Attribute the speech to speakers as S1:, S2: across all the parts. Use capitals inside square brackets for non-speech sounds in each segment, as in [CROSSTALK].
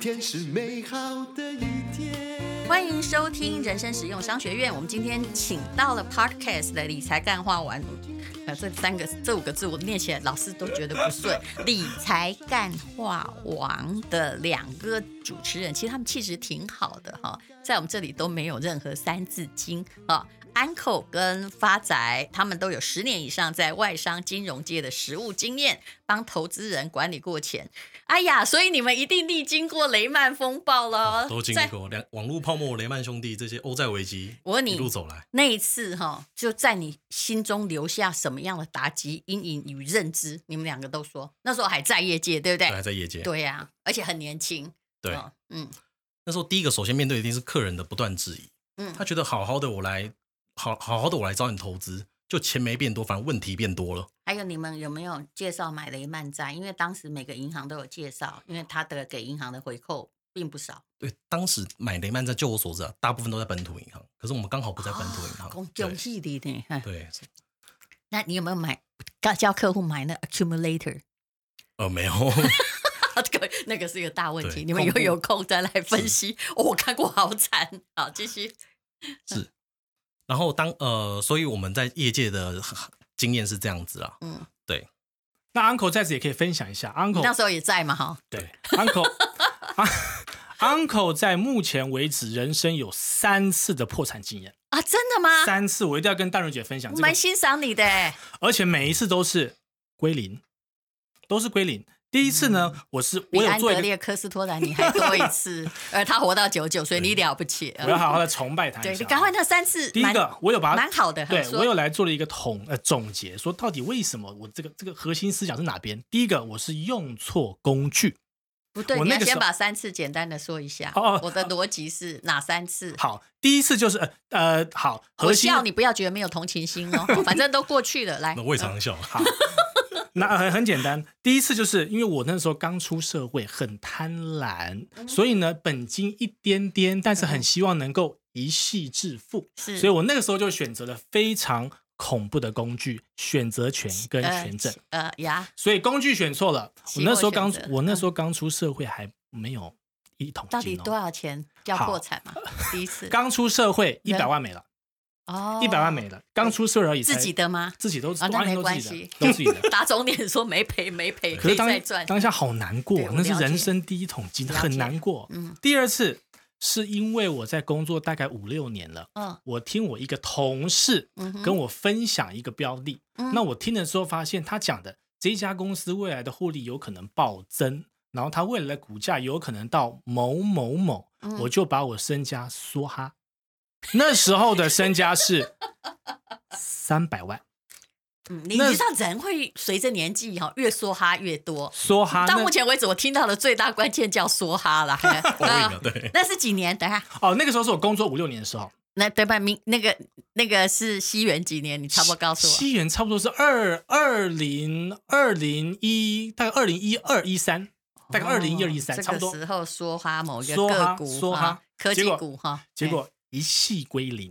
S1: 天是美好的一天。
S2: 欢迎收听人生实用商学院。我们今天请到了 Podcast 的理财干话完，呃，这三个这五个字我念起来老是都觉得不顺。理财干话王的两个主持人，其实他们气质挺好的哈、在我们这里都没有任何三字经啊。Uncle 跟发仔，他们都有十年以上在外商金融界的实务经验，帮投资人管理过钱。哎呀，所以你们一定历经过雷曼风暴了，
S3: 哦都经
S2: 哦在
S3: 历过两网络泡沫、雷曼兄弟这些欧债危机，
S2: 我问你
S3: 一路走来，
S2: 那一次哈、就在你心中留下什么样的打击、阴影与认知？你们两个都说，那时候还在业界，对不
S3: 都还
S2: 对？
S3: 在业界。
S2: 对呀、而且很年轻。
S3: 对
S2: 哦嗯
S3: 那时候第一个首先面对的一定是客人的不断质疑，
S2: 嗯
S3: 他觉得好好的我来，好好好的我来找你投资，就钱没变多，反而问题变多了。
S2: 还有你们有没有介绍买雷曼债？因为当时每个银行都有介绍，因为他的给银行的回扣并不少。
S3: 对，当时买雷曼在，就我所知啊，大部分都在本土银行，可是我们刚好不在本土银行。
S2: 恭
S3: 对
S2: 恭喜你呢！哈
S3: 对，
S2: 那你有没有买？教教客户买那 accumulator， [LAUGHS]
S3: 呃，没有， [LAUGHS]
S2: 这个那个是一个大问题，
S3: 对
S2: 你们以后
S3: 恐怖
S2: 有空再来分析。哦我看过，好惨。好，继续。
S3: 然后当呃，所以我们在业界的经验是这样子啊，
S2: 嗯，
S4: 那 uncle 在此也可以分享一下
S2: 你那
S4: ，uncle
S2: 时候也在嘛？哈，
S4: 对 uncle 啊 [LAUGHS] uncle 在目前为止人生有三次的破产经验，
S2: 啊，真的吗？
S4: 三次我一定要跟淡如姐分享
S2: 我
S4: 这个
S2: 蛮，欣赏你的欸，
S4: 而且每一次都是归零，都是归零。第一次呢，我是 [LAUGHS] 我
S2: 比
S4: 有
S2: 嗯安
S4: 做
S2: 德
S4: 一个，
S2: 烈科斯托兰你还多一
S4: [LAUGHS]
S2: 次，而他活到九九，所以你了不起。嗯
S4: 我要好好的崇拜他一下。啊
S2: 对你赶快那三次，
S4: 第一个，我有把
S2: 蛮
S4: 它
S2: 蛮好的，
S4: 对
S2: 说
S4: 我有来做了一个统呃总结，说到底为什么我这个这个核心思想是哪边？第一个，我是用错工具。
S2: 不对，
S4: 我
S2: 你
S4: 那
S2: 要
S4: 个时
S2: 先
S4: 候
S2: 把三次简单的说一下。
S4: 哦哦
S2: 我的逻辑是哪三次？
S4: 好，第一次就是呃呃，好，
S2: 我
S4: 核心
S2: 笑你不要觉得没有同情心
S4: [LAUGHS]
S2: 哦，反正都过去了。来
S3: 那，我也常
S2: 哦
S3: 笑。
S4: 好，那呃很很简单，第一次就是因为我那时候刚出社会，很贪婪，
S2: 嗯
S4: 所以呢，本金一点点，但是很希望能够一夕致富，
S2: 是，
S4: 所以我那个时候就选择了非常恐怖的工具——选择权跟
S2: 呃
S4: 权证。
S2: 呃呀，
S4: 所以工具选错了，我
S2: 期货
S4: 那时候刚
S2: 选择，嗯
S4: 我那时候刚出社会，还没有一桶
S2: 到底
S4: 金
S2: 多
S4: 哦。
S2: 少钱叫
S4: 好
S2: 破产嘛？第一次
S4: 刚出社会，一
S2: 人
S4: 百万没了，
S2: 哦，
S4: 一百万没了。刚出社会而已，
S2: 自己的吗？
S4: 自己都
S2: 啊那
S4: 完全
S2: 没
S4: 都
S2: 关
S4: 自己
S2: 系
S4: 的，都自己的。
S2: 打肿脸说没赔没赔，
S4: 可
S2: 可
S4: 是
S2: 以
S4: 当
S2: 再赚。
S4: 当下好难
S2: 对
S4: 过，
S2: 我
S4: 那是
S2: 了解
S4: 人生第一桶金，
S2: 了解
S4: 很难过。
S2: 嗯
S4: 第二次是因为我在工作大概五六年了，
S2: 嗯
S4: 我听我一个同事
S2: 嗯哼
S4: 跟我分享一个标的，
S2: 嗯
S4: 那我听的时候发现他讲的这一家公司未来的获利有可能暴增，然后它未来的股价有可能到某某某，
S2: 嗯
S4: 我就把我身家梭哈，那时候的身家是三百万，
S2: 嗯，你
S4: 那
S2: 你知道人会随着年纪哈、越梭哈越多。
S4: 梭哈。
S2: 到
S4: 那
S2: 目前为止，我听到的最大关键叫梭哈
S4: [LAUGHS]
S2: 啦。嘿
S3: Boring 啊
S2: 啊
S3: 对
S2: [LAUGHS] 那是几年？等一下，
S4: 哦，那个时候是我工作五六年的时候。
S2: 那对吧？明那个那个是西元几年？你差不多告诉我。
S4: 西元差不多是二二零二零一，大概二零一二一三，大概二零一二一三，
S2: 哦这
S4: 差不
S2: 个
S4: 多。
S2: 时候梭哈某一个
S4: 梭
S2: 个
S4: 哈
S2: 股，
S4: 梭哈
S2: 啊科技
S4: 结果
S2: 股哈。
S4: 结
S2: 哎
S4: 果一系归零，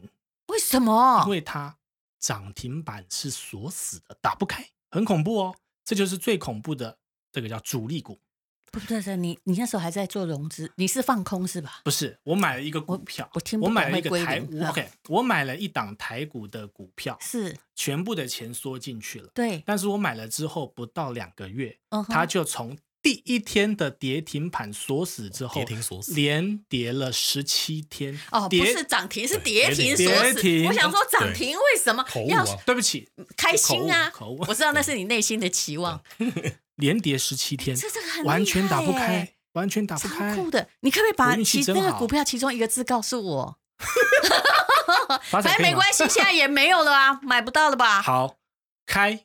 S2: 为什么
S4: 因？为它涨停板是锁死的，打不开，很恐怖哦。这就是最恐怖的，这个叫主力股。
S2: 不不不，你你那时候还在做融资，你是放空是吧？
S4: 不是，我买了一个股票，
S2: 我听不
S4: 我买
S2: 懂
S4: 了
S2: 会
S4: 一个
S2: 归
S4: 台
S2: 零
S4: 我
S2: 嗯
S4: ，OK，我买了一档台股的股票，
S2: 是，
S4: 全部的钱缩进去了。
S2: 对，
S4: 但是我买了之后不到两个月，
S2: 嗯哼
S4: 它就从第一天的跌停盘锁死之后，
S3: 跌停锁死
S4: 连跌了十七天。
S2: 哦，不
S4: 跌
S2: 是涨停，是跌停
S3: 跌
S2: 锁
S4: 停
S2: 死
S4: 跌。停
S2: 我想说涨
S3: 对
S2: 停为什么
S3: 口误
S2: 要
S3: 啊，
S4: 对不起，
S2: 开心啊
S4: 口误口！误
S2: 我知道那是你内心的期望，
S4: 连跌十七天，
S2: 这这个很厉害
S4: 完全打不
S2: 耶
S4: 开，完全打不
S2: 超
S4: 开，
S2: 酷的。你可不可以把
S4: 我运
S2: 其
S4: 气
S2: 那
S4: 真
S2: 个
S4: 好
S2: 股票其中一个字告诉我？
S4: 发
S2: 反正
S4: 财可以
S2: 没
S4: 吗？
S2: 关系，现在也没有了啊，买不到了吧？，
S4: 好，开，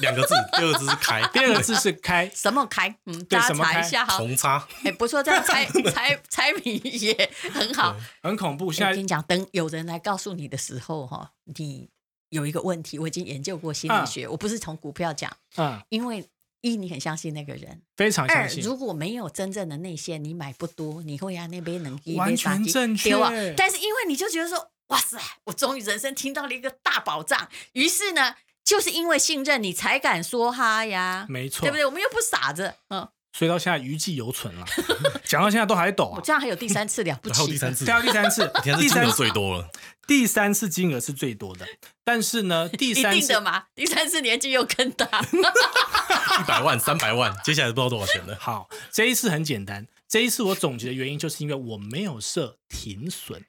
S3: 两个字，第二个字是开，
S4: 第二个字是开
S2: 什么开？嗯，
S4: 对
S2: 大家
S4: 什么
S2: 查
S4: 开
S2: 一下哈。
S3: 重差。
S2: 哎，不错，这样猜猜猜谜也很好。哎
S4: 很
S2: [LAUGHS]
S4: 恐怖。
S2: 我
S4: 现
S2: 跟
S4: 在
S2: 你讲，等有人来告诉你的时候，哈，你有一个问题，我已经研究过心理学，我不是从股票讲，
S4: 嗯，
S2: 因为一你很相信那个人，
S4: 非常
S2: 二
S4: 相信，
S2: 如果没有真正的内线，你买不多，你会啊那边能一
S4: 完全正确
S2: 啊但是因为你就觉得说，哇塞，我终于人生听到了一个大宝藏，于是呢，就是因为信任，你才敢说哈呀，
S4: 没错
S2: 对不，对？我们又不傻子，嗯，
S4: 所以到现在余悸犹
S2: [LAUGHS]
S4: 存了，讲到现在都还抖
S5: 我
S4: 啊。
S5: 这样还有第三次了不
S3: 还有第
S5: 起，
S3: 三次，
S4: 掉到第三次，
S3: [LAUGHS] 第三
S4: 啊
S3: 次
S4: 第
S3: 金
S4: 三
S3: 额最多了，
S4: 第三次金额是最多的，但是
S2: [LAUGHS]
S4: 呢，第
S5: 一
S4: 三
S5: 定
S4: 次
S5: 的嘛？第三次年纪又更
S4: [LAUGHS]
S5: 大，
S3: 一百
S5: [LAUGHS]
S3: 万、三百万，接下来不知道多少钱了。
S4: 好，这一次很简单，这一次我总结的原因就是因为我没有设停损，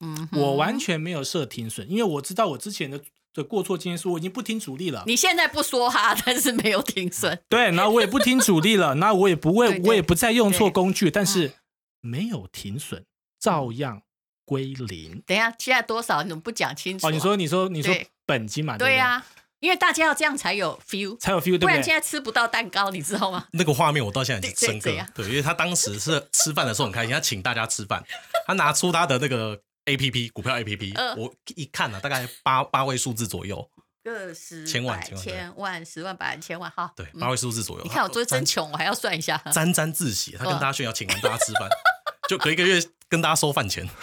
S5: 嗯哼，
S4: 我完全没有设停损，因为我知道我之前的的过错经验是我已经不听主力了，
S5: 你现在不说哈，但是没有停损，
S4: 对，然后我也不听主力了，那我也不会，
S5: 对对嗯
S4: 我也不再用错工具，但是没有停损，照样归零。
S5: 等一下现在多少你怎么不讲清楚
S4: 哦，
S5: 啊、
S4: 你说，你说，你说
S5: 对
S4: 本金嘛？
S5: 对
S4: 对呀，
S5: 呀、啊，因为大家要这样才有 feel，
S4: 才有 feel，对
S5: 不
S4: 不
S5: 然现
S4: 对？
S5: 在吃不到蛋糕，你知
S2: [LAUGHS]
S5: 道吗？
S3: 那个画面我到现在很
S5: 对
S3: 深刻
S5: 对对啊，
S3: 对，因为他当时是吃饭的时候很开心，他请大家吃饭，他拿出他的那个 A P P 股票 A P P，
S5: 嗯
S3: 我一看啊，大概八八位数字左右，
S5: 个十
S3: 千万
S5: 百
S3: 千万
S5: 千万十万百万千万哈，
S3: 对，
S5: 嗯
S3: 八位数字左右。
S5: 你看我
S3: 他
S5: 最真
S3: 沾
S5: 穷，我还要算一下。
S3: 沾沾自喜，他跟
S5: 嗯
S3: 大家炫耀，请完大家吃饭， [LAUGHS] 就隔一个月跟大家收饭钱。 [LAUGHS]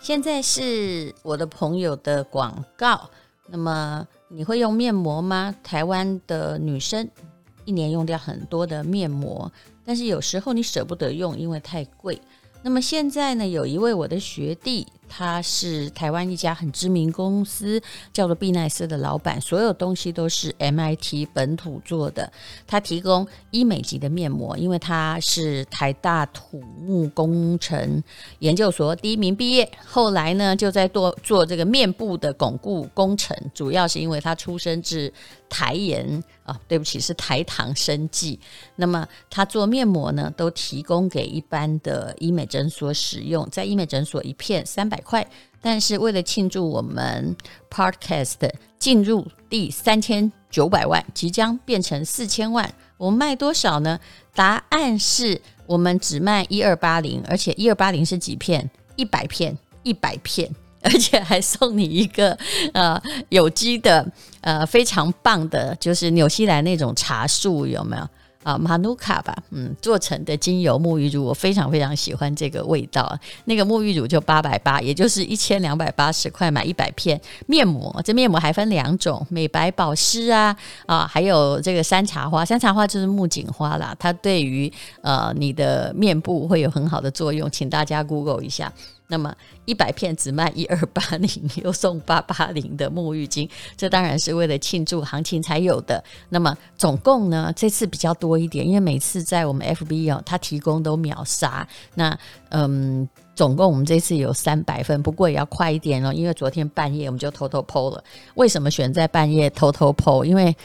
S5: 现在是我的朋友的广告。那么你会用面膜吗？台湾的女生一年用掉很多的面膜，但是有时候你舍不得用，因为太贵。那么现在呢，有一位我的学弟，他是台湾一家很知名公司叫做碧奈斯的老板，所有东西都是 MIT 本土做的。他提供医美级的面膜，因为他是台大土木工程研究所第一名毕业，后来呢就在做做这个面部的巩固工程，主要是因为他出身自台研啊，对不起是台糖生技。那么他做面膜呢，都提供给一般的医美诊所使用，在医美诊所一片三百块。但是为了庆祝我们 Podcast 进入第三千九百万，即将变成四千万，我们卖多少呢？答案是我们只卖一二八零，而且一二八零是几片？一百片，一百片， [LAUGHS] 而且还送你一个呃有机的呃非常棒的，就是纽西兰那种茶树有没有？啊，马努卡吧，嗯，做成的精油沐浴乳，我非常非常喜欢这个味道。那个沐浴乳就八百八，也就是一千两百八十块买一百片面膜。这面膜还分两种，美白保湿啊，啊，还有这个山茶花，山茶花就是木槿花啦，它对于呃你的面部会有很好的作用，请大家 Google 一下。那么一百片只卖一二八零，又送八八零的沐浴巾，这当然是为了庆祝行情才有的。那么总共呢，这次比较多一点，因为每次在我们 FB 哦，它提供都秒杀。那嗯，总共我们这次有三百份，不过也要快一点哦，因为昨天半夜我们就偷偷剖了。为什么选在半夜偷偷剖？因为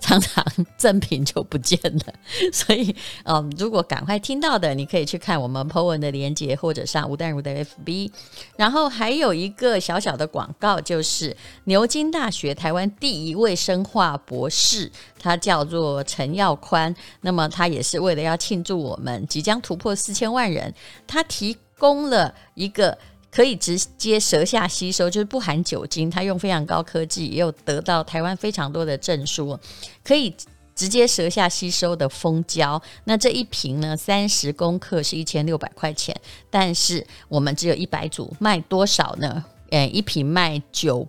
S5: 常常赠品就不见了，所以 [LAUGHS] 嗯，如果赶快听到的，你可以去看我们 Po 文的连接，或者上吴淡如的 FB。然后还有一个小小的广告，就是牛津大学台湾第一位生化博士，他叫做陈耀宽。那么他也是为了要庆祝我们即将突破四千万人，他提供了一个。可以直接舌下吸收，就是不含酒精。他用非常高科技，也有得到台湾非常多的证书，可以直接舌下吸收的蜂胶。那这一瓶呢，三十公克是一千六百块钱，但是我们只有一百组，卖多少呢？呃，一瓶卖九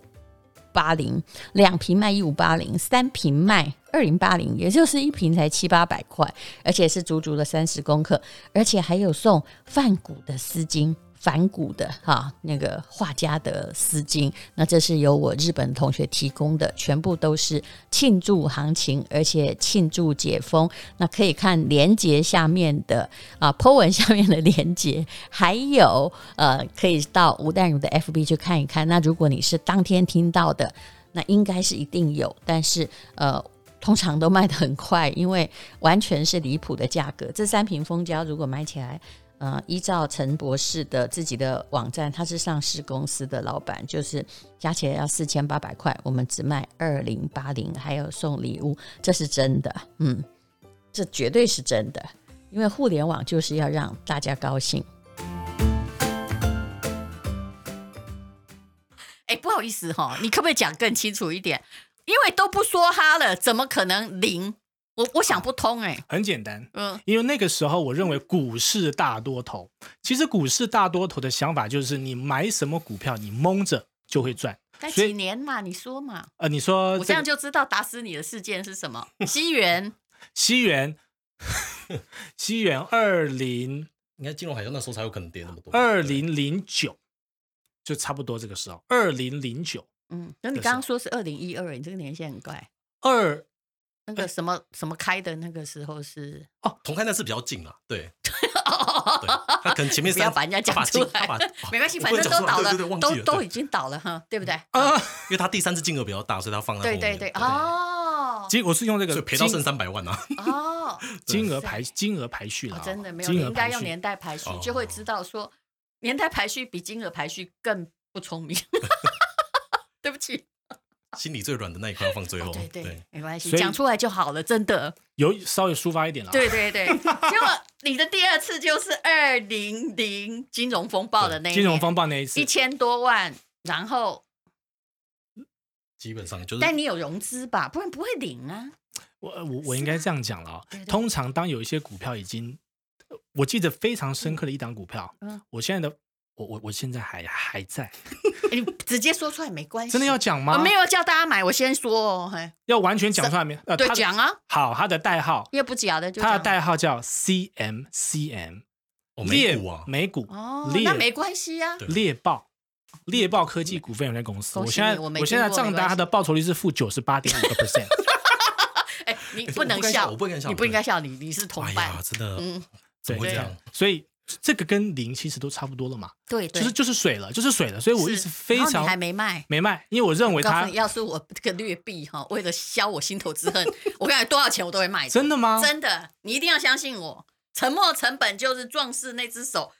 S5: 八零，两瓶卖一五八零，三瓶卖二零八零，也就是一瓶才七八百块，而且是足足的三十公克，而且还有送梵谷的丝巾。梵谷的哈那个画家的丝巾，那这是由我日本同学提供的，全部都是庆祝行情，而且庆祝解封。那可以看连接下面的啊 po 文下面的连接， [LAUGHS] 还有呃可以到吴淡如的 FB 去看一看。那如果你是当天听到的，那应该是一定有，但是呃。通常都卖得很快，因为完全是离谱的价格。这三瓶蜂胶如果买起来，呃，依照陈博士的自己的网站，他是上市公司的老板，就是加起来要四千八百块，我们只卖二零八零，还有送礼物，这是真的，嗯，这绝对是真的，因为互联网就是要让大家高兴。哎，不好意思哈、你可不可以讲更清楚一点？因为都不说哈了，怎么可能零？我我想不通哎、
S4: 很简单，
S5: 嗯，
S4: 因为那个时候我认为股市大多头，其实股市大多头的想法就是你买什么股票，你蒙着就会赚。
S2: 该
S4: 所以
S2: 几年嘛？你说嘛？
S4: 呃，你说
S2: 我这样
S4: 个
S2: 就知道打死你的事件是什
S3: [LAUGHS]
S2: 么。西元
S4: 西元，西元二零
S3: 你看金融海啸那时候才有可能跌那么多。
S4: 二零零九，就差不多这个时候，二零零九
S2: 嗯，那你
S4: 就是
S2: 刚刚说是二零一二，你这个年限很怪。
S4: 二
S2: 那
S3: 哎
S2: 个什么什么开的那个时候是，
S3: 同开那是比较近了，
S5: [LAUGHS]
S3: 对，对，他可能前面
S2: 不要
S3: 三
S2: 把人家
S3: 他
S2: 讲
S3: 把
S2: 出
S3: 进他
S2: 来
S3: 把，
S2: 没关系，
S3: 哦我
S2: 反
S3: 不能
S2: 正都
S3: 讲出来
S2: 倒
S3: 对对对忘记
S2: 都
S3: 了
S2: 都
S3: 对
S2: 已经倒了哈，对不对？
S4: 啊，
S3: 因为他第三次金额比较大，所以他放在后
S2: 对
S3: 面
S2: 对对，，哦
S4: 金我是用这
S3: 所
S4: 个
S3: 以赔到
S4: 金
S3: 剩三百万
S2: [LAUGHS]
S3: 啊。
S2: 哦，
S4: 金额
S2: 塞
S4: 排金额排序了
S2: 哦
S4: 啊，
S2: 真的没有，你
S4: 金额
S2: 应该
S4: 排
S2: 用
S4: 序。
S2: 年代排序，就
S3: 哦
S2: 会知道说年代排序比金额排序更不聪
S4: [LAUGHS]
S2: 明。对不起，
S3: 心里最软的那一块要放最
S2: 哦
S3: 后。
S2: 对对，没关系，
S4: 所以啊
S2: 讲出来就好了，真的。
S4: 有稍微抒发一点了。
S2: 对对对，结果你的第二次就是二零零金融风暴的那一
S4: 金融
S2: 年
S4: 风暴那一次
S2: 一，千多万，然后
S3: 基本上
S4: 嗯
S3: 就是
S2: 但你有融资吧，不然不会领啊。
S4: 我呃我我应该这样讲了啊
S2: 对对。
S4: 通常当有一些股票已经，呃我记得非常深刻的一档股票
S2: 嗯，
S4: 我现在的我我我现在还还在，
S2: 诶哎你直接说出来没关系，
S4: 真的要讲吗？
S2: 我啊没有叫大家买，我先说哦，嘿，
S4: 要完全讲出来没？呃，
S2: 对
S4: 它，的
S2: 讲啊，
S4: 好，它的代号，
S2: 也不假的就
S4: 它的
S2: 讲啊
S4: 代号叫 CMCM，
S3: 哦美
S4: 猎
S3: 股啊，
S4: 美股
S2: 哦，
S4: 猎
S2: 那没关系呀、
S3: 对
S4: 猎豹。猎豹科技股份有限公司，
S2: 恭
S4: 我
S2: 喜
S4: 现在
S2: 你我没
S4: 我现在
S2: 听过
S4: 账
S2: 没
S4: 单，
S2: 关
S4: 它的
S2: 系
S4: 报酬率是负九十八点五
S3: [LAUGHS]
S4: 个 percent，
S2: 哎、你
S3: 哎
S2: 不能
S3: 我该
S2: 笑，
S3: 我不应该笑，
S2: 你不应该笑，你你是同
S3: 哎
S2: 伴
S3: 呀，，真的
S2: 嗯，
S3: 怎么会
S4: 对
S3: 这
S4: 啊
S3: 样？
S4: 所以这个跟零其实都差不多了嘛，
S2: 对对，
S4: 就是就是水了，就是水了，所以我一
S2: 是
S4: 直非
S2: 然后
S4: 常
S2: 你还没卖。
S4: 没卖，因为我认为
S2: 告诉
S4: 它
S2: 你，要是我这个劣币哈，为了消我心头之恨，我跟你讲多少钱我都会卖的。
S4: 真的吗？
S2: 真的，你一定要相信我。沉没成本就是壮士那只手。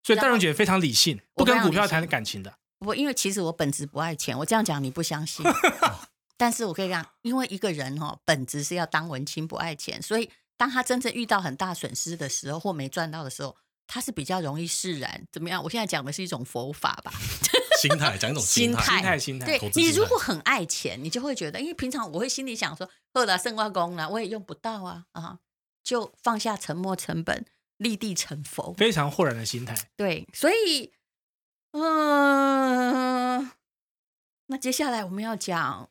S4: 所以戴荣姐非常理性，
S2: 我
S4: 不
S2: 非
S4: 跟
S2: 常
S4: 股票
S2: 理性
S4: 谈感情的。
S2: 我因为其实我本质不爱钱，我这样讲你不相
S3: [LAUGHS]
S2: 信。但是我可以讲，因为一个人哦，本质是要当文青不爱钱，所以当他真正遇到很大损失的时候，或没赚到的时候，他是比较容易释然。怎么样？我现在讲的是一种佛法吧。
S3: 心态讲一种
S2: 心态
S4: 心态，心态，
S2: 对
S3: 投资
S2: 你
S3: 心
S2: 如
S3: 态
S2: 果很爱钱，你就会觉得，因为平常我会心里想说，饿了圣外公了，我也用不到啊啊，就放下沉没成本，立地成佛。
S4: 非常豁然的心态。
S2: 对，所以，嗯、那接下来我们要讲，
S4: 嗯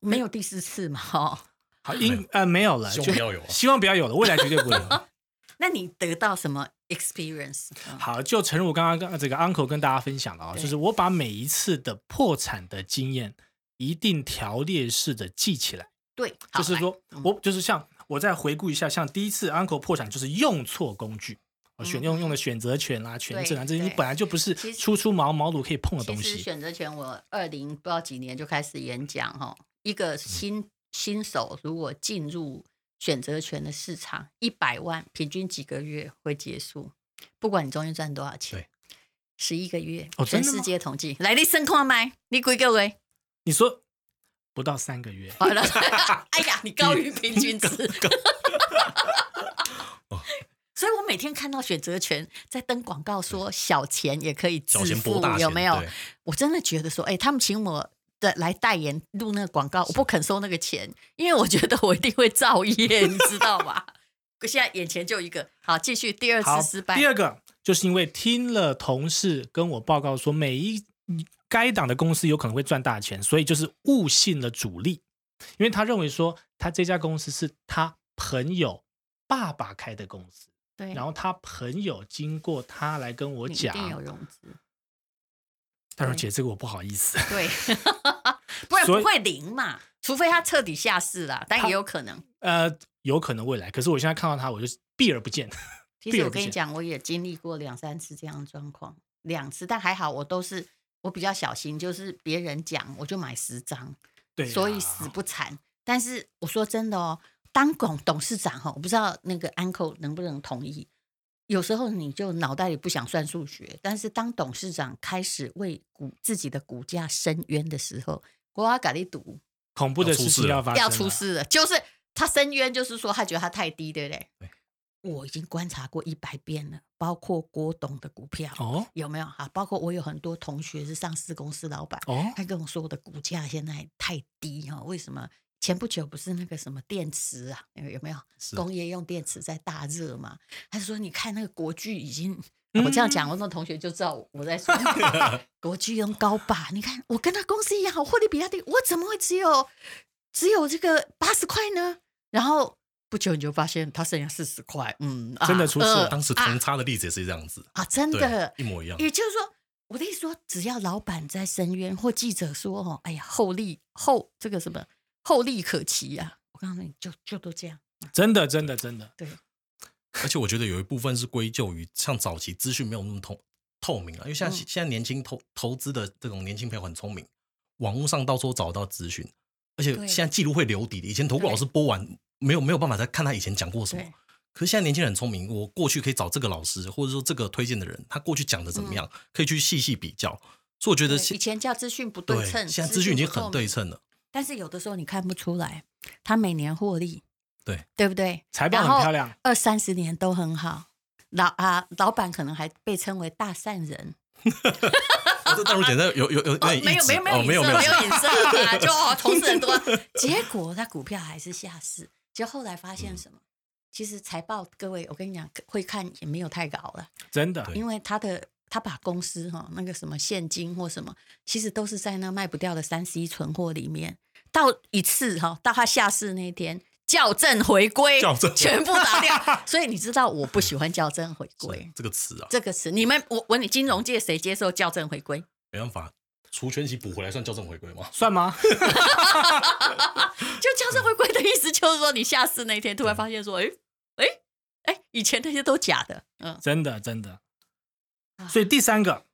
S2: 没有第四次嘛？哦，
S4: 好，
S3: 没
S4: 应呃没有了，
S3: 希望
S4: 就
S3: 不要有啊
S4: 希望不要有了，未来绝对不会
S2: [LAUGHS]
S4: 有。
S2: 那你得到什么 experience？嗯
S4: 好，就诚如刚刚跟呃这个 uncle 跟大家分享了啊、
S2: 对
S4: 就是我把每一次的破产的经验，一定条列式的记起来，
S2: 对，好
S4: 就是
S2: 来
S4: 说
S2: 嗯
S4: 我就是像我再回顾一下，像第一次 uncle 破产就是用错工具。我选
S2: 嗯
S4: 用用的选择权啦、权证啊，这
S2: 对
S4: 些你
S2: 对
S4: 本来就不是
S2: 其实
S4: 初出茅茅庐可以碰的东
S2: 其实
S4: 西。
S2: 选择权，我二零不知道几年就开始演讲哈。一个
S4: 嗯
S2: 新、新手如果进入选择权的市场，一百万平均几个月会结束，不管你中间赚多少钱
S3: 对，
S2: 十一个月，
S4: 哦真
S2: 全
S4: 的吗
S2: 世界统计。来，你声看麦，你几个月？
S4: 你说不到三个月，
S2: 好了，哎呀，你高于平均
S4: [LAUGHS]
S2: 值。哦所以我每天看到选择权在登广告说小钱也可以致
S3: [LAUGHS] 小钱博
S2: 富
S3: 大，钱，
S2: 有没有
S3: 对？
S2: 我真的觉得说，哎、他们请我的来代言录那个广告，我不肯收那个钱，因为我觉得我一定会造业，你知道吧？ [LAUGHS] 我现在眼前就一个，好，继续第二
S4: 好，
S2: 次失败
S4: 第，二个就是因为听了同事跟我报告说，每一该档的公司有可能会赚大钱，所以就是误信了主力，因为他认为说他这家公司是他朋友爸爸开的公司，
S2: 对，
S4: 然后他朋友经过他来跟我
S2: 你一定有
S4: 讲，
S2: 融资，
S4: 他说姐这个我不好意思， [LAUGHS]
S2: 对， [LAUGHS] 不然
S4: 所以
S2: 不会零嘛，除非他彻底下市啦，但
S4: 他
S2: 也有可能。
S4: 呃，有可能未来，可是我现在看到他我就避而不见， [LAUGHS]
S2: 其
S4: 避
S2: 实
S4: 而
S2: 我
S4: 不
S2: 跟你
S4: 见
S2: 讲，我也经历过两三次这样的状况，两次，但还好，我都是我比较小心，就是别人讲我就买十张，
S4: 对啊，
S2: 所以死不惨。但是我说真的哦，当董董事长哈，我不知道那个 uncle 能不能同意。有时候你就脑袋里不想算数学，但是当董事长开始为股自己的股价申冤的时候，国阿咖喱赌
S4: 恐怖的
S3: 要出
S4: 事情
S3: 事了
S4: 要发生，啊
S2: 要出，事了，就是他申冤，就是说他觉得他太低，对不对？我已经观察过一百遍了，包括郭董的股票、
S4: 哦
S2: 有没有啊？包括我有很多同学是上市公司老板，
S4: 哦，
S2: 他跟我说我的股价现在太低哈、为什么？前不久不是那个什么电池啊，有有没有
S3: 是
S2: 工业用电池在大热嘛？他就说你看那个国巨已经
S4: 嗯
S2: 我这样讲，我那同学就知道我在
S4: [LAUGHS]
S2: 说国际用高吧。你看，我跟他公司一样，我获利比他低，我怎么会只有只有这个八十块呢？然后不久你就发现他剩下四十块，嗯，啊
S4: 真的出事了
S2: 呃
S3: 当时同差的例子也是这样子，
S2: 啊，真
S3: 对
S2: 的，
S3: 一模一样。
S2: 也就是说，我的意思说，只要老板在申冤，或记者说哦，哎呀，后利后这个什么后利可期呀、我告诉你，就就都这样。
S4: 真的真的真的，
S3: 而且我觉得有一部分是归咎于像早期资讯没有那么透透明啊，因为现在、
S2: 嗯
S3: 现在年轻投投资的这种年轻朋友很聪明，网络上到处找得到资讯，而且
S2: 对
S3: 现在记录会留底的。以前投顾老师播完，没有没有办法再看他以前讲过什么
S2: 对。
S3: 可是现在年轻人很聪明，我过去可以找这个老师，或者说这个推荐的人，他过去讲的怎么样，可以去细细比较。所以我觉得
S2: 嗯对
S3: 现
S2: 以前叫资讯不
S3: 对，
S2: 称，
S3: 现在资讯已经
S2: 不透
S3: 很对
S2: 明
S3: 称了。
S2: 但是有的时候你看不出来，他每年获利，
S3: 对
S2: 对不对？
S4: 财报
S2: 然后
S4: 很漂亮，
S2: 二三十年都很好。老啊，老板可能还被称为大善人，
S3: 哦这大陆简单有有有有
S2: 哦
S3: 点
S2: 没有没
S3: 意志
S2: 有没
S3: 哦
S2: 有
S3: 没有
S2: 隐
S3: 没
S2: 射没
S3: 有
S2: 有隐射啊，就
S3: [LAUGHS]
S2: 哦投资人多，结果他股票还是下市。结果后来发现什么？其实财报，各位，我跟你讲，会看也没有太高了。
S4: 真的
S3: 对
S2: 因为他的他把公司哈、那个什么现金或什么，其实都是在那卖不掉的三十一存货里面，到一次哈、到他下市那天校正回归，
S3: 校正
S2: 全部打
S3: [LAUGHS]
S2: 掉。所以你知道我不喜欢校正回归
S3: 是这个词啊，
S2: 这个词，你们我问你，金融界谁接受校正回归？
S3: 没办法，除权息补回来算校正回归吗？ [LAUGHS]
S4: 算吗？ [LAUGHS]
S2: 就校正回归的意思就是说，你下市那天突然发现说，哎哎哎，以前那些都假的，嗯，
S4: 真的真的
S2: 啊。
S4: 所以第三个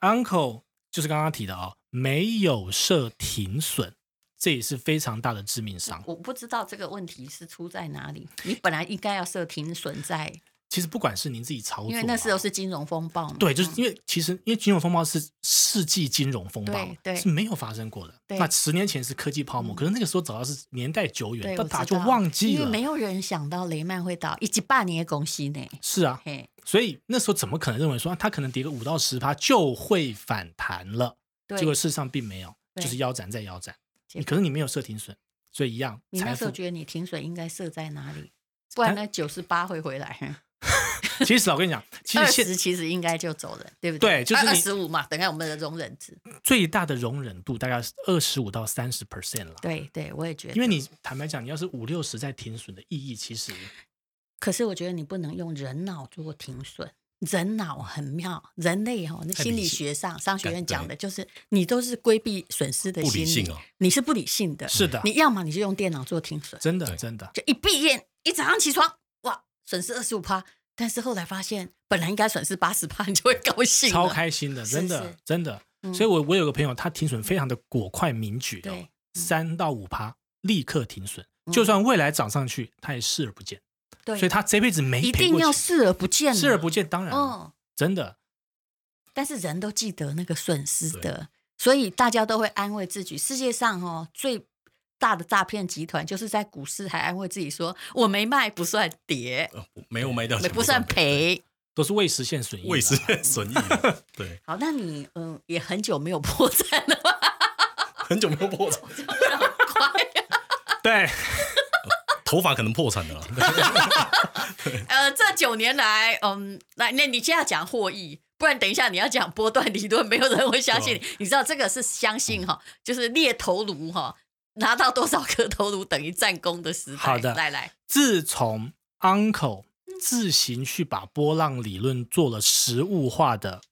S4: ，uncle 就是刚刚提的哦，没有设停损，这也是非常大的致命伤。
S2: 我不知道这个问题是出在哪里。你本来应该要设停损在
S4: 其实不管是您自己操作啊，
S2: 因为那时候是金融风暴嘛。
S4: 对，就是
S2: 嗯
S4: 因为其实因为金融风暴是世纪金融风暴嘛，
S2: 对对
S4: 是没有发生过的。
S2: 对
S4: 那十年前是科技泡沫，
S2: 嗯
S4: 可是那个时候早要是年代久远，
S2: 对，
S4: 大
S2: 我
S4: 家
S2: 知
S4: 就
S2: 道
S4: 忘记
S2: 因为没
S4: 了。
S2: 有人想到雷曼会倒，以及八年的公司呢。
S4: 是啊，
S2: 嘿，
S4: 所以那时候怎么可能认为说啊它可能跌个五到十趴就会反弹了？
S2: 对
S4: 结，果事实上并没有，
S2: 对
S4: 就是腰斩再腰斩。
S2: 结
S4: 你可是你没有设停损，所以一样。
S2: 你那
S4: 财
S2: 时候
S4: 富
S2: 觉得你停损应该设在哪里？不然那九十八会回来，
S4: [LAUGHS] 其实我跟你讲，
S2: [LAUGHS]
S4: 其
S2: 二
S4: 实
S2: 十
S4: 现
S2: 其实应该就走人，对不
S4: 对就是
S2: 二
S4: 你
S2: 十五嘛，等一下我们的容忍值。
S4: 最大的容忍度大概是二十五到三十 percent 了。
S2: 对对，我也觉得。
S4: 因为你坦白讲，你要是五六十再停损的意义，其实
S2: 可是我觉得你不能用人脑做停损。人脑很妙，人类哈、哦，那
S3: 太
S2: 心
S3: 理
S2: 理
S3: 性
S2: 学上，商学
S3: 感
S2: 院讲
S3: 对
S2: 的就是你都是规避损失的
S3: 不
S2: 心
S3: 理
S2: 理，
S3: 性哦
S2: 你是不理性的。
S4: 是的，啊
S2: 你要么你就用电脑做停损，
S4: 真的
S3: 对
S4: 真的
S2: 就一闭眼一早上起床，哇，损失二十五趴，但是后来发现本来应该损失八十趴，你就会高兴了
S4: 超开心的，
S2: 是
S4: 真的
S2: 是
S4: 真的。
S2: 嗯
S4: 所以我我有个朋友，他停损非常的果快明举的哦
S2: 对，
S4: 三到五趴立刻停损，
S2: 嗯
S4: 就算未来涨上去，他也视而不见。
S2: 对，
S4: 所以他这辈子没
S2: 一
S4: 赔
S2: 定
S4: 过
S2: 要
S4: 钱
S2: 视而不见啊，
S4: 视而不见，当然了
S2: 哦。
S4: 真的
S2: 但是人都记得那个损失的，所以大家都会安慰自己。世界上哦最大的诈骗集团就是在股市还安慰自己说我没卖不算跌，
S3: 呃没有卖掉
S2: 没
S3: 钱
S2: 不算赔。嗯
S4: 都是未实现损益啦，
S3: 未实现损
S2: [LAUGHS]
S3: 益了。对，
S2: 好，那你嗯也很久没有破绽了吧？
S3: 很久没有破产，
S4: [LAUGHS] 对，
S3: 头发可能破产了啦。
S2: [LAUGHS] 呃，这九年来，嗯，那那你现在讲获益，不然等一下你要讲波段理论，没有人会相信你。你知道这个是相
S4: 嗯
S2: 信哈，就是猎头颅哈，拿到多少颗头颅等于战功的时代。
S4: 好的
S2: 来来，
S4: 自从 Uncle 自行去把波浪理论做了实物化的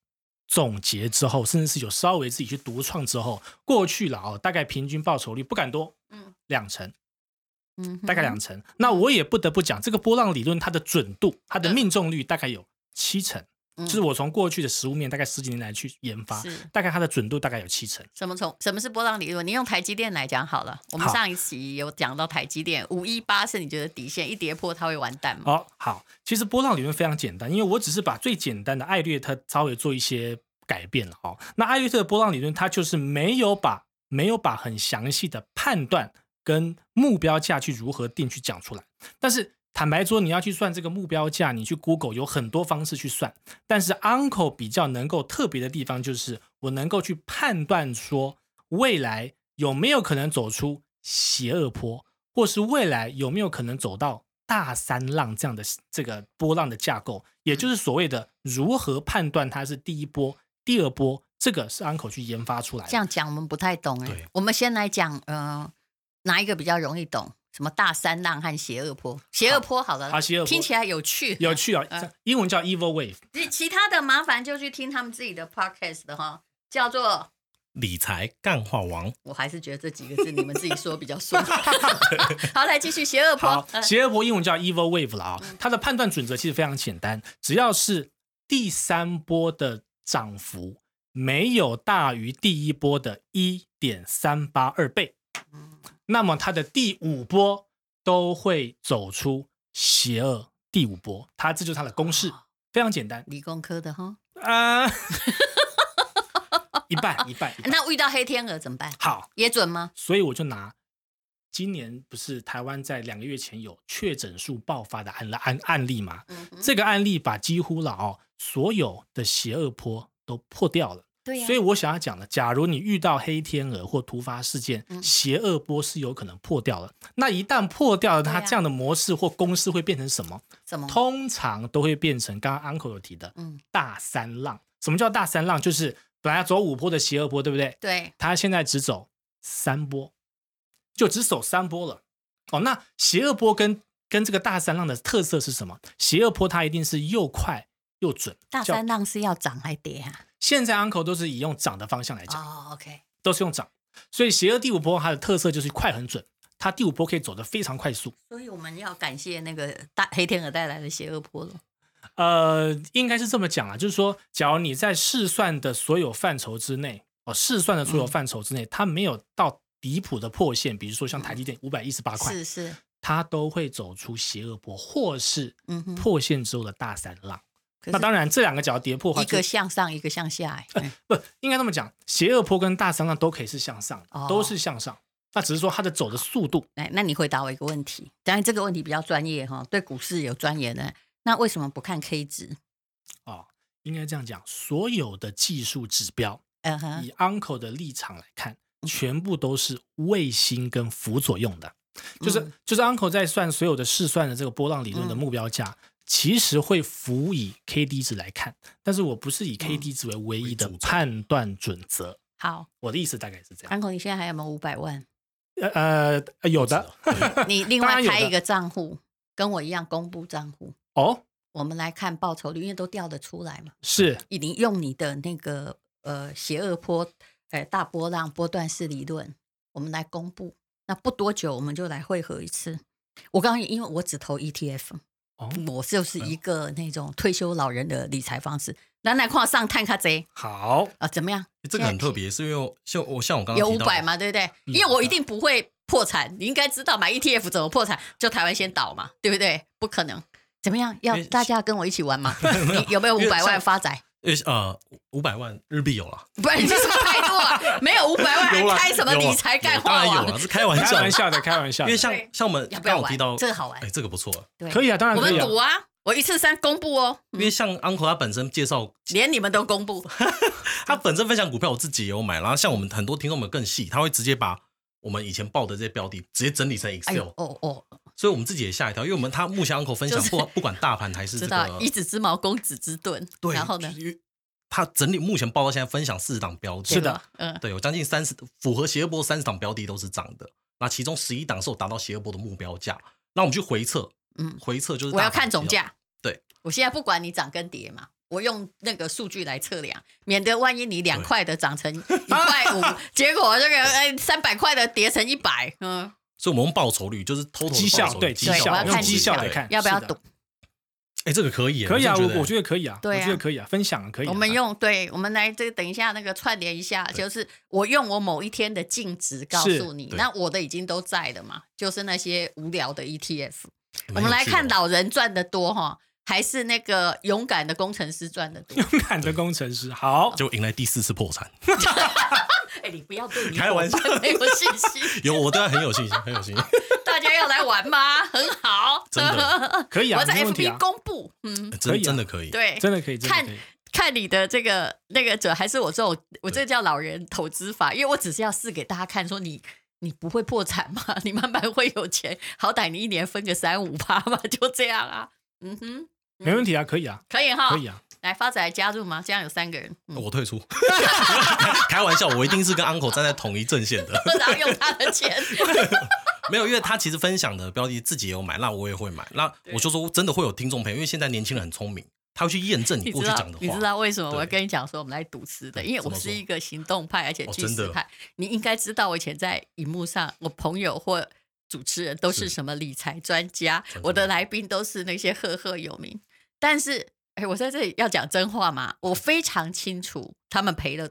S4: 总结之后，甚至是有稍微自己去独创之后，过去了哦，大概平均报酬率不敢多，
S2: 嗯
S4: 两成，
S2: 嗯哼，
S4: 大概两成。那我也不得不讲，这个波浪理论它的准度，它的命中率大概有七成，
S2: 嗯
S4: 就是我从过去的实物面大概十几年来去研发
S2: 是，
S4: 大概它的准度大概有七成。
S2: 什么从什么是波浪理论？你用台积电来讲好了。我们
S4: 好
S2: 上一期有讲到台积电五一八是你觉得底线，一跌破它会完蛋吗？
S4: 哦，好，其实波浪理论非常简单，因为我只是把最简单的艾略特稍微做一些改变了哦。那艾略特的波浪理论，它就是没有把没有把很详细的判断跟目标价去如何定去讲出来，但是。坦白说，你要去算这个目标价，你去 Google 有很多方式去算。但是 Uncle 比较能够特别的地方，就是我能够去判断说未来有没有可能走出邪恶坡，或是未来有没有可能走到大三浪这样的这个波浪的架构，也就是所谓的如何判断它是第一波、第二波，这个是安口去研发出来
S2: 这
S4: 的。
S2: 样讲我们不太懂哎、
S3: 对
S2: 我们先来讲，呃，哪一个比较容易懂？什么大三浪和邪恶坡？邪恶坡好了啦，
S4: 好啊邪恶坡
S2: 听起来有趣，
S4: 有。趣哦，
S2: 呃
S4: 这英文叫 evil wave，
S2: 其其他的麻烦就去听他们自己的 podcast 的哈，叫做
S3: 理财干话王，
S2: 我还是觉得这几个字你们自己说比较
S4: [LAUGHS]
S2: 顺。 [LAUGHS] 好，来继续邪恶坡。 [LAUGHS]
S4: 好，
S2: 呃
S4: 邪恶婆英文叫 evil wave 了啊、它的判断准则其实非常简单，只要是第三波的涨幅没有大于第一波的一点三八二倍，那么它的第五波都会走出邪恶第五波，它这就是它的公式，非常简单
S2: 理工科的哈，
S4: 啊。 [LAUGHS] 一半一半，
S2: [LAUGHS]
S4: 一半
S2: 那遇到黑天鹅怎么办？
S4: 好，
S2: 也准吗？
S4: 所以我就拿今年不是台湾在两个月前有确诊数爆发的案例案案例嘛？
S2: 嗯哼，
S4: 这个案例把几乎了哦所有的邪恶坡都破掉了。
S2: 对呀、
S4: 所以我想要讲的，假如你遇到黑天鹅或突发事件，
S2: 嗯
S4: 邪恶波是有可能破掉的。那一旦破掉了，
S2: 对
S4: 它
S2: 呀
S4: 这样的模式或公式会变成什么？
S2: 怎么？
S4: 通常都会变成刚刚 uncle 有提的
S2: 嗯，
S4: 大三浪。什么叫大三浪？就是本来走五波的邪恶波，对不对？
S2: 对，
S4: 他现在只走三波，就只走三波了。哦，那邪恶波跟跟这个大三浪的特色是什么？邪恶波它一定是又快又准。
S2: 大
S4: 叫
S2: 三浪是要涨还跌啊？
S4: 现在 uncle 都是以用涨的方向来讲，
S2: 哦，OK，
S4: 都是用涨。所以邪恶第五波它的特色就是快很准，它第五波可以走得非常快速。
S2: 所以我们要感谢那个大黑天鹅带来的邪恶坡了。
S4: 呃，应该是这么讲啊，就是说，假如你在试算的所有范畴之内，哦，试算的所有范畴之内，它没有到离谱的破线，比如说像台积电五百一十八块，
S2: 是是，
S4: 它都会走出邪恶波，或是
S2: 嗯哼。
S4: 破线之后的大三浪。
S2: 可
S4: 那
S2: 是
S4: 当然，这两个只要跌破的话
S2: 一
S4: 就，
S2: 个向上，一个向下、欸。 [LAUGHS] 嗯
S4: 不应该这么讲，邪恶波跟大三浪都可以是向上的，
S2: 哦
S4: 都是向上。那只是说它的走的速度，
S2: 哎，那你回答我一个问题，当然这个问题比较专业哈，对股市有钻研的。那为什么不看 K 值？
S4: 哦，应该这样讲，所有的技术指标，
S2: 嗯哼，
S4: 以 uncle 的立场来看，全部都是卫星跟辅佐用的，就是、
S2: 嗯
S4: 就是 uncle 在算所有的试算的这个波浪理论的目标价。其实会辅以 K D 值来看，但是我
S2: 嗯
S4: 不是以 K D 值为唯一的
S3: 为主轴
S4: 判断准则。
S2: 好，
S4: 我的意思大概是这样。
S2: 安孔，你现在还有没有五百 [LAUGHS] 万？
S4: 呃呃，有
S3: 啊
S4: 的
S2: 你另
S4: 当
S2: 外
S4: 然有
S2: 开一
S4: 的
S2: 个账户，跟我一样公布账户，
S4: 哦，
S2: 我们来看报酬率，因为都调得出来嘛。
S4: 是
S2: 你用你的那个呃邪恶波，呃大波浪波段式理论，我们来公布。那不多久我们就来汇合一次。我刚刚也因为我只投 E ETF，
S4: 哦，
S3: 嗯
S2: 嗯我就是一个那种退休老人的理财方式。咱来看上探卡贼
S3: 哦
S4: 好，
S2: 啊，怎么样？
S3: 这个很特别，是因为像我像我刚刚
S2: 有
S3: 哦提
S2: 五
S3: 到
S2: 百嘛，对不对？因为我一定不会破产，你应该知道买 ETF 怎么破产，就台湾先倒嘛，对不对？不可能。怎么样？要
S3: 因为
S2: 大家跟我一起玩嘛？你有没有五百万发仔？
S3: 呃呃五百万日币有了，
S2: 不然你这什么态度
S3: [LAUGHS]
S2: 啊？没有五百万还
S3: 有啦
S2: 开什么
S3: 有啦
S2: 理财干
S3: 有当
S2: 话
S3: 然有
S2: 网
S3: 了，？是开玩
S4: 开
S3: 笑的
S4: 玩，笑的，开玩笑
S3: 因
S4: 的，
S3: 为像
S2: 对
S3: 像我们
S2: 要不要
S3: 刚我
S2: 玩
S3: 提到
S2: 这个嗯好玩
S3: 哎，这个不错，
S2: 对，
S4: 可以啊，当然
S2: 我
S4: 可
S2: 们
S4: 以啊
S2: 赌。啊！我一次三公布哦，
S3: 因为像 uncle 他本身介绍，
S2: 连你们都公布。
S3: 哦他本身分享股票，我自己也有买，然后像我们很多听众们更细，他会直接把。我们以前报的这些标的直接整理成
S2: 哎
S3: Excel，、
S2: 呦，哦哦，
S3: 所以我们自己也吓一跳，因为我们他目前 uncle 分享
S2: 就是
S3: 不、不管大盘还
S2: 知
S3: 是这
S2: 道
S3: 个
S2: 一子之矛攻子之盾，
S3: 对，
S2: 然后呢
S3: 就？是因为他整理目前报到现在分享四十档标的，
S4: 是的，
S2: 嗯，
S3: 对，有将近三十符合邪恶波三十档标的都是涨的，那其中十一档是有达到邪恶波的目标价。那我们去回测，
S2: 嗯
S3: 回测就是
S2: 我要
S3: 大盘
S2: 看总
S3: 比较，
S2: 价。
S3: 对，
S2: 我现在不管你涨跟跌嘛，我用那个数据来测量，免得万一你两
S3: 对
S2: 块的涨
S3: [LAUGHS]
S2: 成一块五，结果这个哎三百块的跌成一百，嗯，
S3: 所以我们用报酬率就是偷偷
S4: 绩效对绩
S2: 对
S3: 绩
S2: 我要
S4: 效，
S3: 效，
S4: 用
S2: 看
S4: 绩效来。看，
S2: 要不要
S4: 是的
S2: 赌？？
S3: 哎，这个可以耶，
S4: 可以啊，
S3: 我
S4: 我我觉得可以啊，
S2: 对啊
S4: 我觉得可以啊，分享可以啊。
S2: 我们用对，我们来这个等一下那个串联一下，就是我用我某一天的净值告诉你，
S3: 对
S2: 那我的已经都在的嘛，就是那些无聊的 ETF。
S3: 得
S2: 我们来看
S3: 到
S2: 老人赚的多哈，还是那个勇敢的工程师赚的多？
S4: 勇敢的工程师，好，
S3: 就迎来第四次破产，
S2: 哎，你不要对你
S3: 开玩笑
S2: 伙伴没有信心。
S3: [LAUGHS] 有我对他很有信心，很有信心。
S2: 大家要来玩吗？很好，
S3: 真
S2: [LAUGHS]
S3: 的
S4: 可以啊
S2: 我，在
S4: 没问题啊
S2: FB，公布，嗯，
S4: 可
S3: 真
S4: 以啊
S3: 真的可以，
S2: 对，
S4: 真的可以，真的
S2: 看
S4: 可以。
S2: 看你的这个那个者，还是我这种，我这叫老人投资法，因为我只是要试给大家看，说你你不会破产吗？ [LAUGHS] 你慢慢会有钱，好歹你一年分个三五趴嘛， [LAUGHS] 就这样啊。嗯哼，
S4: 没问题啊，可以啊，
S2: 可以哈，
S4: 可以哦啊，
S2: 来发仔加入吗？这样有三个人，嗯，
S3: 我退出， [LAUGHS] 开玩笑，我一定是跟 uncle 站在同一阵线的。 [LAUGHS]
S2: 然后用他的
S4: [LAUGHS]
S2: 钱，
S3: 没有，因为他其实分享的标的自己也有买，那我也会买。那我就说真的会有听众朋友，因为现在年轻人很聪明，他会去验证你
S2: 你
S3: 过去
S2: 知道
S3: 讲的
S2: 你知
S3: 话。
S2: 道为什么我要
S3: 对
S2: 跟你讲说我们来赌吃的？因为
S3: 怎
S2: 我
S3: 么
S2: 是
S3: 说
S2: 一个行动派，而且
S3: 哦
S2: 巨
S3: 真的
S2: 石派。你应该知道，我以前在荧幕上，我朋友或主持人都是
S3: 是
S2: 什么理财专家
S3: 专，家
S2: 我的来宾都是那些赫赫有名。但是，哎，我在这里要讲真话嘛，我非常清楚他们赔了。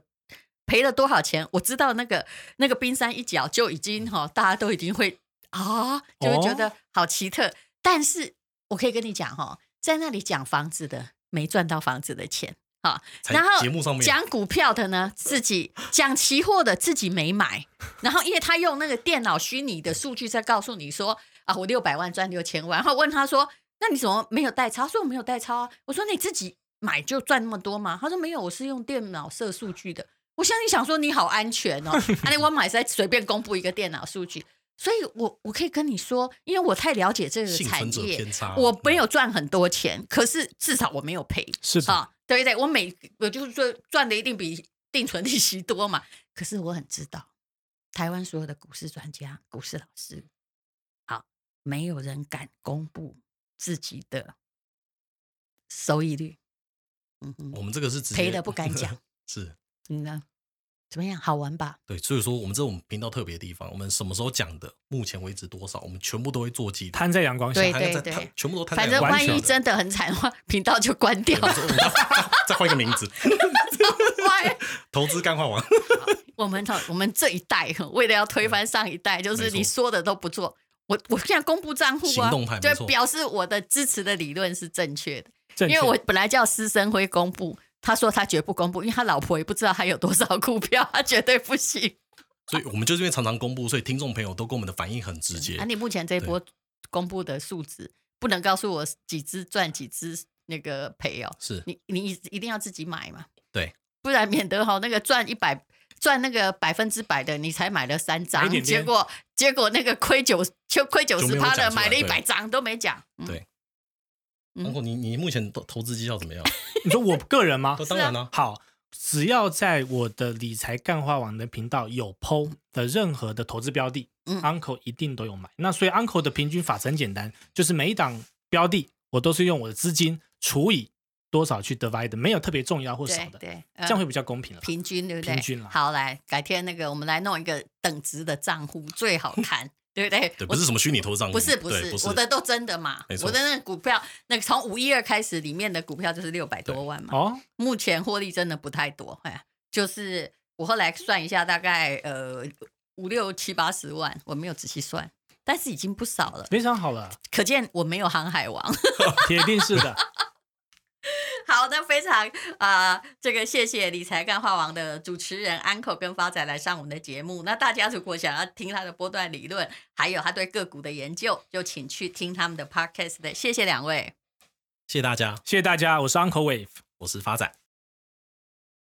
S2: 赔了多少钱？我知道那个那个冰山一角就已经
S3: 嗯
S2: 哈、大家都已经会啊、就会
S3: 哦
S2: 觉得好奇特。但是我可以跟你讲哈、在那里讲房子的没赚到房子的钱啊，
S3: 才
S2: 然后
S3: 节目上面
S2: 讲股票的呢，自己讲期货的自己没买，然后因为他用那个电脑虚拟的数据在告诉你说啊，我六百万赚六千万，然后问他说，那你怎么没有代抄？他说我没有代抄啊，我说你自己买就赚那么多吗？他说没有，我是用电脑设数据的。我心里想说你好安全哦，安利我买在随便公布一个电脑数据，所以我我可以跟你说，因为我太了解这个
S3: 幸
S2: 产
S3: 存者
S2: 业，
S3: 偏差，
S2: 我没有赚很多钱，可是至少我没有赔
S4: 是的，
S2: 啊。对不对，我每我就是说赚的一定比定存利息多嘛。可是我很知道，台湾所有的股市专家、股市老师，好，没有人敢公布自己的收益率。嗯哼，
S3: 我们这个是直接
S2: 赔的不敢讲，
S3: [LAUGHS] 是
S2: 你呢？怎么样？好玩吧？
S3: 对，所以说我们这种频道特别的地方，我们什么时候讲的，目前为止多少，我们全部都会做记录，
S4: 摊在阳光下
S2: 对，
S3: 摊在
S2: 对
S3: 摊全部都摊在
S2: 反正
S3: 完
S2: 万
S3: 全
S2: 一
S3: 的
S2: 真的很惨的话，频道就关掉
S3: 对。 [LAUGHS] 我说我们再再换一个名
S2: [LAUGHS]
S3: 字，
S2: 万一
S3: 投资干话王，
S2: 我们哈，我们这一代哈为了要推翻上一代，就是你
S3: 没错
S2: 说的都不做。我我现在公布账户
S3: 行
S2: 啊
S3: 动派，没
S2: 就
S3: 错
S2: 表示我的支持的理论是正确的，
S4: 正确
S2: 因为我本来叫施生辉公布，他说他绝不公布，因为他老婆也不知道他有多少股票， [LAUGHS] 他绝对不行。
S3: 所以我们就是因为常常公布，所以听众朋友都跟我们的反应很直接
S2: 啊，。你目前这一波公布的数值，不能告诉我几只赚几只那个赔哦，
S3: 是
S2: 你你一一定要自己买嘛，
S3: 对，
S2: 不然免得哈那个赚一百赚那个百分之百的，你才买了三
S4: 买
S2: 张，
S4: 一点点
S2: 结果结果那个亏九就亏九
S3: 哎就没
S2: 十
S3: 有
S2: 趴
S3: 讲出来
S2: 的买了一
S3: 对
S2: 百张都没讲，嗯
S3: 对
S2: 嗯
S3: uncle，你你目前投投资绩效怎么样？
S4: 你说我个
S3: [LAUGHS]
S4: 人吗
S2: 哦
S3: 都？当
S2: 啊
S3: 然了，
S4: 好，只要在我的理财干花网的频道有 PO 的任何的投资标的、
S2: 嗯
S4: u n c l e 一定都有买。那所以 Uncle 的平均法则很简单，就是每一档标的我都是用我的资金除以多少去 divide，没有特别重要或少
S2: 对
S4: 的，
S2: 对，
S4: 这
S2: 这
S4: 样会比较公平了。
S2: 平均对不对？
S4: 平均啦
S2: 好，来改天那个我们来弄一个等值的账户，最好看，对不对？我
S3: 对，不是什么虚拟投资账户，
S2: 不是不
S3: 对
S2: 是
S3: 不，是
S2: 我的都真的嘛
S3: 没，错
S2: 我的那个股票，那个从五一二开始里面的股票就是六百多万嘛，
S4: 哦，
S2: 目前获利真的不太多，哎，就是我后来算一下，大概呃五六七八十万，我没有仔细算，但是已经不少了，
S4: 非常好了，
S2: 可见我没有航海王。 [LAUGHS]
S4: 铁定是的。
S2: 好的，非常啊、呃这个谢谢理财干话王的主持人 Uncle 跟发仔来上我们的节目。那大家如果想要听他的波段理论，还有他对个股的研究，就请去听他们的 Podcast 的。谢谢两位。
S3: 谢谢大家，
S4: 谢谢大家，我是 Uncle Wave。
S3: 我是发仔。